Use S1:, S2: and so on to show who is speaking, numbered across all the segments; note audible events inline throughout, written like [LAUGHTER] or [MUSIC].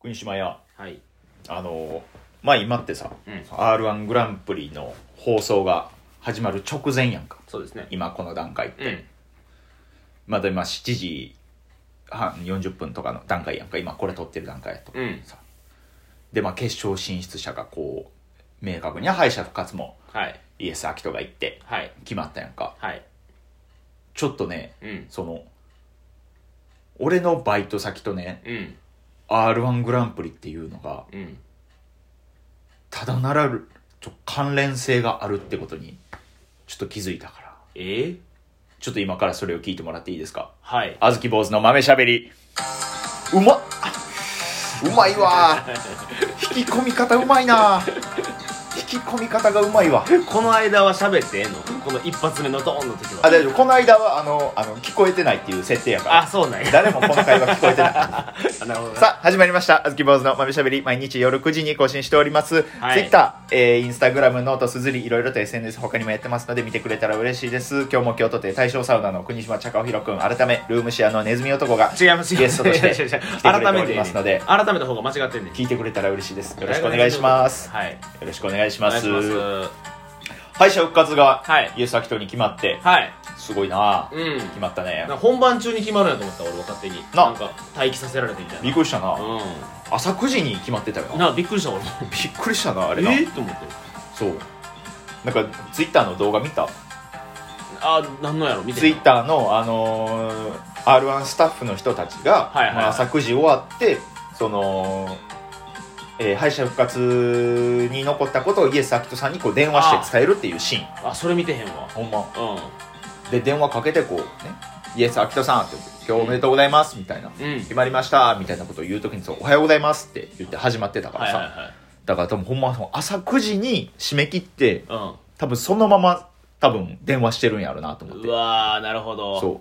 S1: 国島屋
S2: はい
S1: あのまあ今ってさ、
S2: うん
S1: r 1グランプリの放送が始まる直前やんか
S2: そうですね
S1: 今この段階って、
S2: うん
S1: まだ今7時半40分とかの段階やんか今これ撮ってる段階やと、
S2: うん
S1: さでまあ決勝進出者がこう明確に敗者復活も
S2: はい
S1: イエス・アキトが行って
S2: はい
S1: 決まったやんか
S2: はい
S1: ちょっとね
S2: うん
S1: その俺のバイト先とね
S2: うん
S1: r 1グランプリっていうのが
S2: うん
S1: ただならぬちょ関連性があるってことにちょっと気づいたから
S2: えー、
S1: ちょっと今からそれを聞いてもらっていいですか
S2: はい
S1: あずき坊主の豆しゃべりうまっうまいわ引き込み方うまいな引き込み方がうまい [LAUGHS] わ
S2: この間は喋ってええのこの一発目のドーンの時は
S1: あ大丈夫この間はあのあの聞こえてないっていう設定やから
S2: あそうなんや
S1: 誰もこの会話聞こえてない
S2: あなるほどね
S1: さあ始まりました「あずき坊主の豆しゃべり」毎日夜9時に更新しております、
S2: はい
S1: Twitter、えー、インスタグラムノートすずりいろいろと SNS 他にもやってますので見てくれたら嬉しいです今日も京都亭大正サウナの国島茶川ひろくん改めルームシェアのネズミ男が
S2: 違います違い
S1: ゲ
S2: ま
S1: ス
S2: す
S1: トとして
S2: いやいやいやいや
S1: 来てくれ
S2: 改
S1: て
S2: め
S1: お
S2: て
S1: りますので
S2: 改めた方が間違ってんねん
S1: 聞いてくれたら嬉しいですよろしくお願いします
S2: はい
S1: よろしくお願いします
S2: お願いします
S1: 敗者復活が
S2: はい
S1: イエス・アキトに決まって
S2: はい
S1: すごいなあ
S2: うん
S1: 決まったね
S2: なんか本番中に決まるんやと思った俺は勝手に
S1: な
S2: なんか待機させられてみたい
S1: びっ
S2: な
S1: くりしたな
S2: う
S1: 朝9時に決まってたよ
S2: ん
S1: な
S2: なびっくりした俺も
S1: びっくりしたなあれな
S2: えっと思って
S1: そうなんかツイッターの動画見た
S2: あなんのやろ見て
S1: ツイッターの、あのー、r 1スタッフの人たちが、
S2: はいはい
S1: まあ朝9時終わってその、えー敗者復活に残ったことをイエス・アキトさんにこう電話して伝えるっていうシーン
S2: あそれ見てへんわ
S1: ほんま
S2: う
S1: で電話かけてこうねイエス・アキトさんって今日おめでとうございますみたいな、
S2: んうん
S1: 決まりましたみたいなことを言う時にそうおはようございますって言って始まってたから
S2: はい
S1: さ、
S2: は
S1: だから多分ほんまその朝9時に締め切って
S2: いは
S1: 多分そのまま多分電話してるんやろうなと
S2: い
S1: 思っ
S2: うん
S1: て
S2: うわーなるほど
S1: そう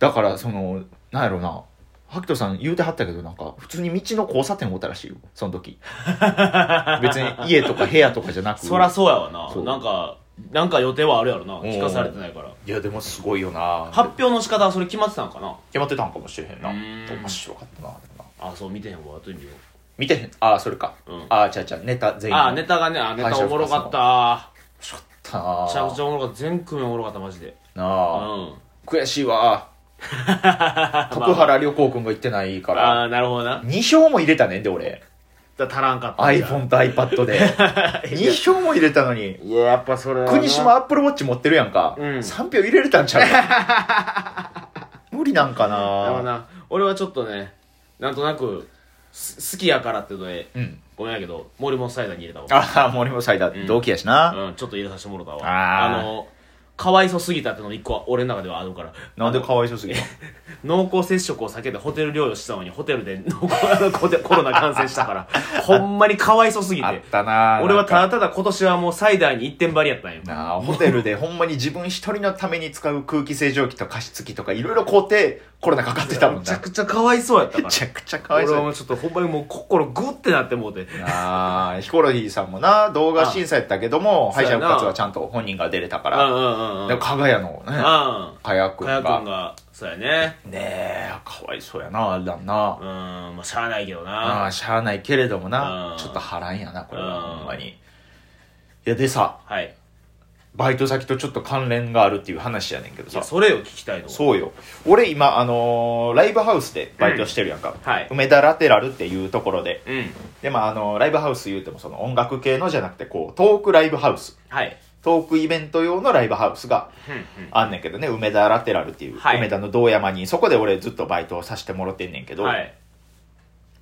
S1: だからそのなんやろうなハキトさん言うてはったけどなんか普通に道の交差点おったらしいよその
S2: [LAUGHS]
S1: 時別に家とか部屋とかじゃなく
S2: そらそうやわな
S1: そう
S2: なんかなんか予定はあるやろな
S1: うん
S2: 聞かされてないから
S1: いやでもすごいよな
S2: 発表の仕方はそれ決まってたんかな
S1: 決まってたんかもしれへんな
S2: うーん
S1: 面白かったなでもな
S2: あそう見てへんわ後に見よ
S1: 見てへんああそれか、
S2: うん
S1: ああちゃうちゃうネタ全
S2: う
S1: 員
S2: あネタがねあネタおもろかった
S1: たな
S2: めちゃくちゃおもろかった全組おもろかったマジで
S1: な
S2: う
S1: あ、
S2: ん
S1: 悔しいわ徳原旅行くんが行ってない
S2: [LAUGHS]
S1: から
S2: ああなるほどな
S1: 2票も入れたねんで俺
S2: だ足らんかった
S1: iPhone と iPad
S2: [LAUGHS]
S1: で2票も入れたのに
S2: いややっぱそれはな
S1: 国島アップルウォッチ持ってるやんか、
S2: うん
S1: 3票入れれたんちゃ [LAUGHS] う無理なんか
S2: だから
S1: な
S2: な俺はちょっとねなんとなくす好きやからってので
S1: うん
S2: ごめんやけど森本サイダーに入れたわ
S1: ああ森本サイダー同期やしな、
S2: うん、ちょっと入れさせてもらったわ
S1: あー
S2: のかわいそすぎたっての一個は俺の中ではあるから
S1: なんでかわいそうすぎる
S2: 濃厚接触を避けてホテル療養してたのにホテルで [LAUGHS] 濃厚あのコテコロナ感染したから
S1: [LAUGHS]
S2: ほんまにかわいそす
S1: [LAUGHS]
S2: ぎ
S1: あってた [LAUGHS] な
S2: 俺はた
S1: な
S2: だ
S1: んか
S2: ただ今年はもうサイダーに一点張りやったんよ
S1: [LAUGHS] なあホテルでほんまに自分一人のために使う空気清浄機と加湿器とかいろいろ買うてコロナかかってたもん
S2: めちゃ
S1: な
S2: くちゃかわいそう
S1: [LAUGHS]
S2: やったか
S1: め
S2: ら
S1: ちゃくちゃかわい
S2: 俺は
S1: そ
S2: も
S1: う
S2: うちょっとほんまにもう心グッてなってもうて
S1: なあヒコロヒーさんもな動画審査やったけども
S2: あ
S1: 敗者復
S2: そ
S1: 活
S2: うや
S1: は
S2: な
S1: ちゃんと本人が出れたか
S2: うん
S1: ら
S2: うんうんうん
S1: で加賀屋のね
S2: うん
S1: 加賀君
S2: かや
S1: が
S2: くんがそうやね
S1: ねえかわいそうやなあれだな
S2: うんまあしゃあないけど
S1: あ
S2: な
S1: あしゃあないけれどもな
S2: うん
S1: ちょっと波乱やなこれ
S2: う
S1: は
S2: ん
S1: ほんまにいやでさ
S2: はい
S1: バイト先とちょっと関連があるっていう話やねんけど
S2: いや
S1: さ
S2: それを聞きたいの
S1: そうよ俺今あのーライブハウスでバイトしてるやんか、
S2: はい
S1: 梅田ラテラルっていうところで
S2: うん
S1: でまああのーライブハウス言うてもその音楽系のじゃなくてこうトークライブハウス
S2: はい
S1: トークイベント用のライブハウスが
S2: ふんふん
S1: あんねんけどね梅田ラテラルっていう、
S2: はい
S1: 梅田の道山にそこで俺ずっとバイトをさせてもろてんねんけど、
S2: はい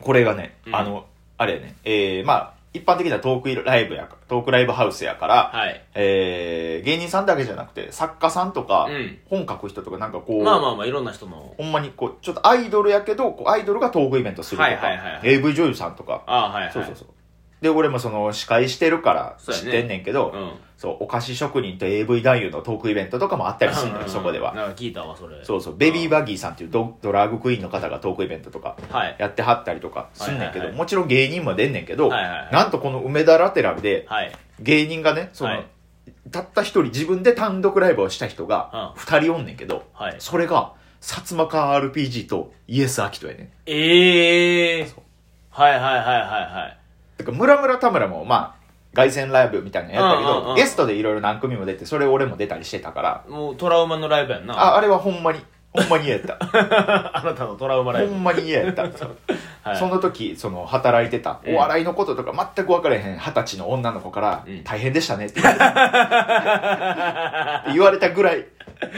S1: これがね、
S2: うん
S1: あの、あれやね、えー、まあ、一般的なトークライブやか、トークライブハウスやから、
S2: はい
S1: えー、芸人さんだけじゃなくて、作家さんとか、
S2: うん
S1: 本書く人とか、なんかこう、
S2: まあまあまあいろんな人の
S1: ほんまにこう、ちょっとアイドルやけど、こうアイドルがトークイベントするとか、
S2: はいはいはいはい
S1: AV 女優さんとか、
S2: ああはいはい
S1: そうそうそう。で、俺もその、司会してるから
S2: そうや
S1: 知
S2: ね
S1: ってんねんけど、
S2: うん
S1: そう、お菓子職人と AV 男優のトークイベントとかもあったりするの
S2: うん
S1: よ、そこでは。
S2: なんか聞いたわそれ
S1: そうそう、ベビーバギーさんっていうドドラァグクイーンの方がトークイベントとか
S2: はい
S1: やってはったりとかすんねんけど、
S2: はいはいはい
S1: もちろん芸人も出んねんけど、
S2: はいはいはい
S1: なんとこの梅田ラテラルで
S2: はい
S1: 芸人がねその、
S2: はい
S1: たった一人自分で単独ライブをした人が
S2: う
S1: 二人おんねんけど、
S2: はい
S1: それが薩摩川 RPG とイエス・アキトやねん
S2: ええはいはいはいはい
S1: てか、ムラムラ田村も、まあ、凱旋ライブみたいなのやったけど、
S2: うんうんうん
S1: ゲストでいろいろ何組も出て、それ俺も出たりしてたから、
S2: はいもうトラウマのライブやんな
S1: あ、あれはほんまに、ほんまに嫌やった。
S2: あなたのトラウマライ
S1: ほ
S2: ブ、
S1: んまに嫌やった。 [LAUGHS] そ
S2: はい、
S1: その時、その、働いてた、
S2: うん
S1: お笑いのこととか全く分からへん二十歳の女の子から
S2: うん、
S1: 大変でしたねって言
S2: [LAUGHS]
S1: われた。って言われたぐらい、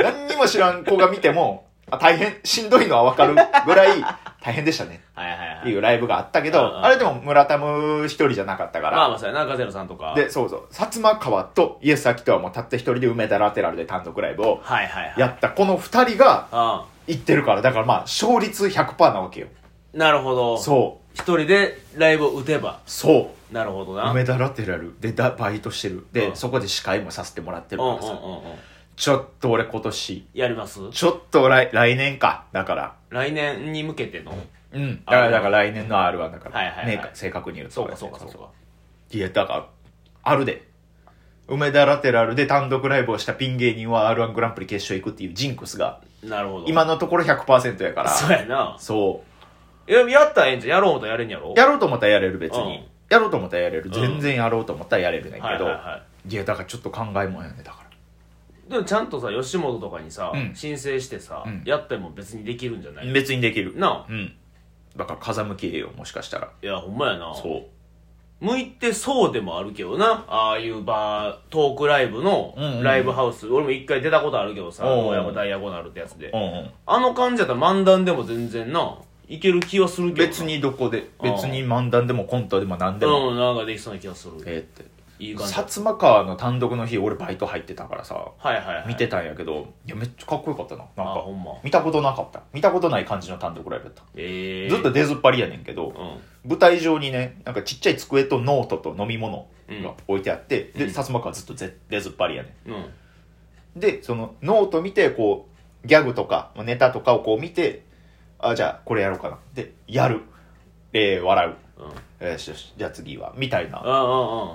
S1: 何にも知らん子が見ても、あ大変、しんどいのは分かるぐらい、大変でしたね
S2: はいはい
S1: っ
S2: は
S1: て
S2: い
S1: いうライブがあったけ
S2: うんうん
S1: ど、あれでも村田む一人じゃなかったか
S2: まあ
S1: ら、
S2: まあそうやなガゼルさんとか
S1: で、そうそう、薩摩川とイエス・アキトはもうたった一人で梅田ラテラルで単独ライブを
S2: はいはいはい
S1: やったこの二人が
S2: あ
S1: 行ってるから、だからまあ、勝率100%なわけよ。
S2: あなるほど
S1: そう、
S2: 一人でライブを打てば
S1: そう。
S2: なるほどな
S1: 梅田ラテラルでだバイトしてるで、
S2: うん
S1: そこで司会もさせてもらって
S2: うん
S1: る
S2: う
S1: か
S2: んうん
S1: らさ、
S2: うん
S1: ちょっと俺今年
S2: やります
S1: ちょっと来来年かだから
S2: 来年に向けての
S1: うんだか
S2: あ
S1: らだから来年の r 1だから、
S2: はいはいはい
S1: ねえか正確に言うと
S2: そうかそうかそうか
S1: いやだからあるで梅田ラテラルで単独ライブをしたピン芸人は r 1グランプリ決勝行くっていうジンクスが
S2: なるほど
S1: 今のところ100%やから
S2: そうやな
S1: そう
S2: いややったらええんじゃんやろう思ったらやれんやろ
S1: やろうと思ったらやれる別に、
S2: うん
S1: やろうと思ったらやれる
S2: ん
S1: 全然やろうと思ったらやれるねんだ
S2: はい
S1: けど、
S2: はいいはい
S1: やだからちょっと考えもんやねだから
S2: でもちゃんとさ吉本とかにさ、
S1: うん
S2: 申請してさ、
S1: うん
S2: やっても別にできるんじゃない、
S1: 別にできる
S2: なあ
S1: うんだから風向きええよもしかしたら
S2: いやほんまやな
S1: そ
S2: 向いてそうでもあるけどなああいうバートークライブの
S1: うんうん
S2: ライブハウス、俺も一回出たことあるけどさ
S1: おう
S2: 大山ダイアゴナルってやつで
S1: う、うんうん、
S2: あの感じやったら漫談でも全然ないける気はするけどな
S1: 別にどこで別に漫談でもコントでも何でも、
S2: うんなんかできそうな気がする
S1: ええって
S2: いい
S1: 薩
S2: 感じ
S1: 摩川の単独の日俺バイト入ってたからさ
S2: はいはい、はい、
S1: 見てたんやけどいやめっちゃかっこよかったな
S2: あ
S1: なんか
S2: ほんま
S1: 見たことなかった見たことない感じの単独ライブやった、
S2: ええ
S1: ずっと出ずっぱりやねんけど
S2: うん
S1: 舞台上にねなんかちっちゃい机とノートと飲み物が置いてあって、
S2: うん
S1: で薩摩川ずっとぜ出ずっぱりやねん
S2: うん
S1: でそのノート見てこうギャグとかネタとかをこう見てあじゃあこれやろうかなでやるで笑う
S2: うん
S1: えーよしよしじゃあ次はみたいなっ
S2: うんうんう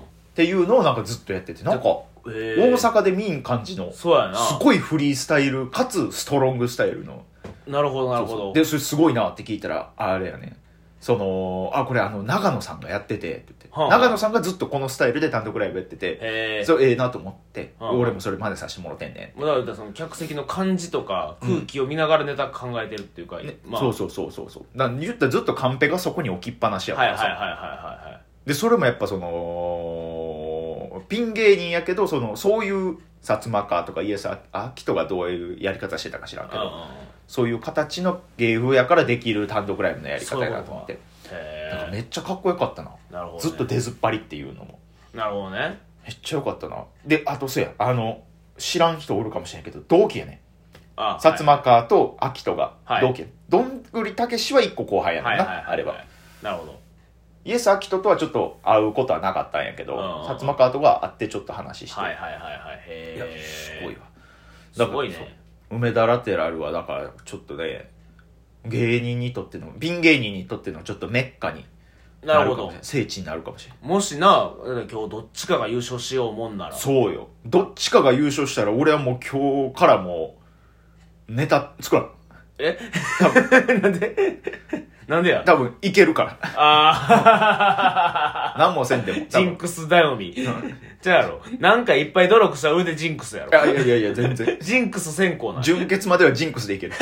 S2: ん
S1: ていうのをなんかずっとやっててなんか大
S2: ええ
S1: 阪で見ん感じのす
S2: そうやな
S1: ごいフリースタイルかつストロングスタイルの
S2: なるほどなるほ
S1: そう
S2: ど
S1: そうでそれすごいなって聞いたらああれやねそのあこれあの長野さんがやっててって言って、
S2: はあ
S1: 長野さんがずっとこのスタイルで単独ライブやってて
S2: へえ
S1: それええなと思って、
S2: はあ
S1: 俺もそれ真似させてもろてんねん
S2: もうだからその客席の感じとか空気を見ながらネタ考えてるっていうか、
S1: ね
S2: まあ
S1: そうそうそうそうそうなん言ったらずっとカンペがそこに置きっぱなしやか
S2: はいは
S1: ら
S2: い
S1: さ、
S2: はいはいは
S1: でそれもやっぱそのピン芸人やけどそのそういう薩摩川とかイエス・アキトがどういうやり方してたか知らん
S2: い
S1: け
S2: はいうん
S1: ど
S2: うんうん
S1: そういう形の芸風やからできる単独ライブのやり方やなと思ってだから
S2: へ
S1: めっちゃかっこよかったな、
S2: えなるほど、ね、
S1: ずっと出ずっぱりっていうのも
S2: なるほどね
S1: めっちゃよかったなであとそうやあの知らん人おるかもしれんけど同期やね
S2: あ
S1: 薩摩川とアキトが同期やねどんぐりたけしは一個後輩やね
S2: はい
S1: ん
S2: はいはいはい
S1: なあれは
S2: なるほど
S1: イエス・アキトとはちょっと会うことはなかったんやけど、
S2: うんうんうん
S1: 薩摩川とは会ってちょっと話して、
S2: はいはいはいはい
S1: いや
S2: へえ
S1: すごいわ
S2: すごいね
S1: 梅田ラテラルはだからちょっとね芸人にとってのピン芸人にとってのちょっとメッカに
S2: なる
S1: る
S2: ほ
S1: かも
S2: ど
S1: しれない聖地になるかもしれない
S2: もしな今日どっちかが優勝しようもんなら
S1: そうよどっちかが優勝したら俺はもう今日からもうネタ作らん
S2: え [LAUGHS]
S1: 多分
S2: なんでなんでや
S1: 多分いけるか
S2: [LAUGHS] あ
S1: ら何もせんでも
S2: ー
S1: 多
S2: ジ
S1: 分
S2: ンクス頼みじゃあやろなんかいっぱい努力した上でジンクスやろ
S1: いやいやいやいや全然
S2: ジンクス先行なんや
S1: 準決まではジンクスでいける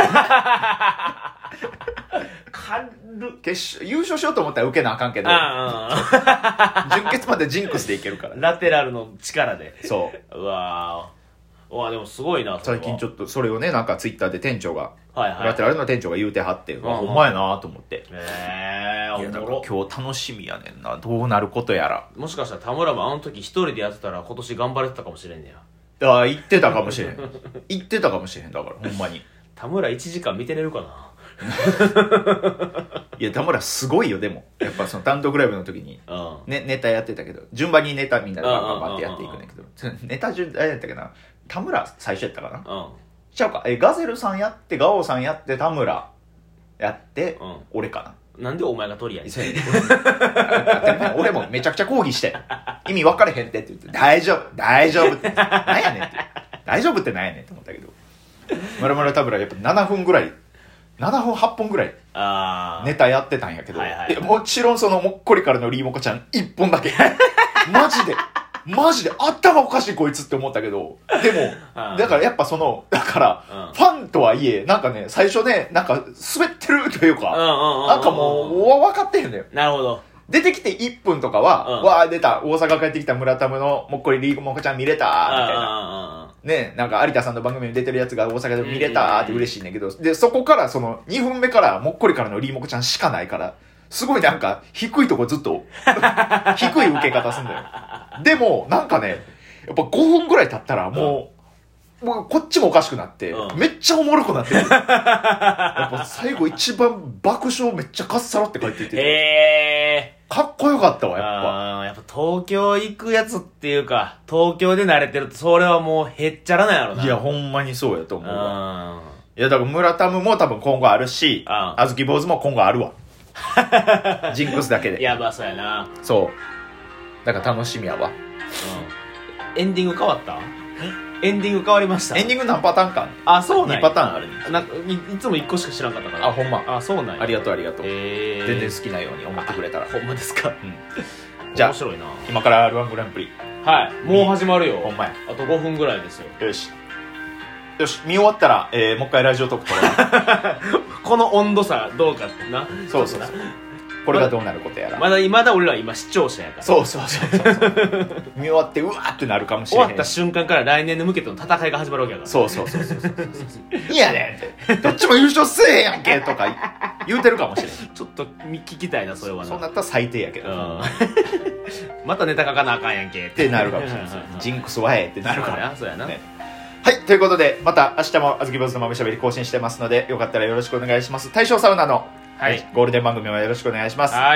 S2: 軽っ
S1: 決勝優勝しようと思ったら受けなあかんけど
S2: あ
S1: 準決までジンクスでいけるか
S2: あ
S1: ら
S2: ラテラルの力で
S1: そう
S2: うわーうわでもすごいな
S1: 最近ち
S2: ょっ
S1: ょっとそれをねなんかツイッターで店長が、
S2: とはいは
S1: ラ
S2: い
S1: テラルの店長が言うてはって、
S2: んうん
S1: あほんまやなと思って
S2: ええ
S1: いや
S2: ー、
S1: だ
S2: お
S1: か
S2: も
S1: ら今
S2: ろ
S1: 日楽しみやねんなどうなることやら
S2: もしかしたら田村もあの時一人でやってたら今年頑張れてたかもしれんねや
S1: ああ言ってたかもしれん [LAUGHS] 言ってたかもしれへんだからほんまに
S2: 田村1時間見てれるかない
S1: や田村すごいよでもやっぱその単独ライブの時に
S2: うん
S1: ね、ネタやってたけど順番にネタみんなでバンバンバンってやっていくねんけどネタ順あれやったっけな田村最初やったかな
S2: うん
S1: ちゃうかえガゼルさんやってガオさんやって田村やって、
S2: うん
S1: 俺かな
S2: なんでお前が取りやねん
S1: そうやね当たり前俺もめちゃくちゃ抗議して意味分かれへんってって言って大丈夫大丈夫ってなんやねんって大丈夫ってなんやねんって思ったけどまるまる田村やっぱ7分ぐらい7本8本ぐらい
S2: ああ
S1: ネタやってたんやけど、
S2: はいはい
S1: えもちろんそのもっこりからのリーモカちゃん1本だけマジでマジで頭おかしいこいつって思ったけどでも
S2: うん
S1: だからやっぱそのだから、
S2: うん
S1: ファンとはいえなんかね最初ねなんか滑ってるというか、
S2: な
S1: なんかもうわ分かってへんのよ
S2: なるほど
S1: 出てきて1分とかは、
S2: うん
S1: わあ出た大阪帰ってきた村田ムのもっこりリーモカちゃん見れたみ
S2: うんうん
S1: たいな
S2: うんうん
S1: ね、なんか有田さんの番組に出てるやつが大阪で見れたって嬉しいねんだけど、で、そこからその2分目からもっこりからのリーモコちゃんしかないから、すごいなんか低いとこずっと、 [LAUGHS] 低い受け方すんだよ。でも、なんかね、やっぱ5分ぐらい経ったらもう、もうこっちもおかしくなって、
S2: うん
S1: めっちゃおもろくなってる。やっぱ最後一番爆笑めっちゃかっさらって書いてい
S2: [LAUGHS] へ
S1: て、
S2: え
S1: かっこよかったわ、やっぱ。
S2: あーやっぱ東京行くやつっていうか東京で慣れてるとそれはもうへっちゃらなんやろない
S1: や、
S2: う
S1: ほんまにそうやと思うわ。
S2: ん
S1: いや、だから村田ムも多分今後あるし、
S2: うん
S1: あずき坊主も今後あるわ。 [LAUGHS] ジンクスだけ
S2: い
S1: で。
S2: やばそうやな、
S1: そう。だから楽しみやわ。
S2: うん、エンディング変わったエンディング変わりました
S1: エンディング何パターンか
S2: あそうなん
S1: 2
S2: や
S1: パターンあるね。
S2: なんかいいつも1個しか知らんかったから
S1: あ、ほんま。
S2: あそうなんや
S1: ありがとうありがとう。
S2: えー、
S1: 全然好きなように思ってくれたら。
S2: ほんまですか
S1: じゃあ
S2: 面白いな
S1: 今から R1 グランプリ。
S2: はいもう始まるよ
S1: ほんまや。
S2: あと5分ぐらいですよ
S1: よし。よし、見終わったら、えーもう一回ラジオトーク撮ろう。
S2: この温度差どうかってな
S1: [LAUGHS] そうそう
S2: ちょ
S1: そ
S2: っ
S1: う
S2: と。
S1: これがどうなることや
S2: な
S1: ら。
S2: まだまだ俺ら今視聴者やから
S1: そうそうそうそうそう。 [LAUGHS] 見終わって、うわーってなるかもし
S2: 終
S1: れ
S2: わ
S1: へん
S2: った瞬間から来年に向けての戦いが始まるわけやから
S1: そうそうそうそうそうそうそう。いやねんって。どっちも優勝せえへんやんけとか言うてるかもしれん。
S2: ちょっと見聞きたいなそれはな
S1: そうなったら最低やけど。っ
S2: うん [LAUGHS] またネタ書かなあかんやんけって
S1: なるかもしれない。ジンクスはええってなるから。
S2: そうやなそうや
S1: ねはい、ということで、また明日もあずき坊主の豆しゃべり更新してますので、よかったらよろしくお願いします。大正サウナの、
S2: はい
S1: ゴールデン番組もよろしくお願いします。
S2: なはい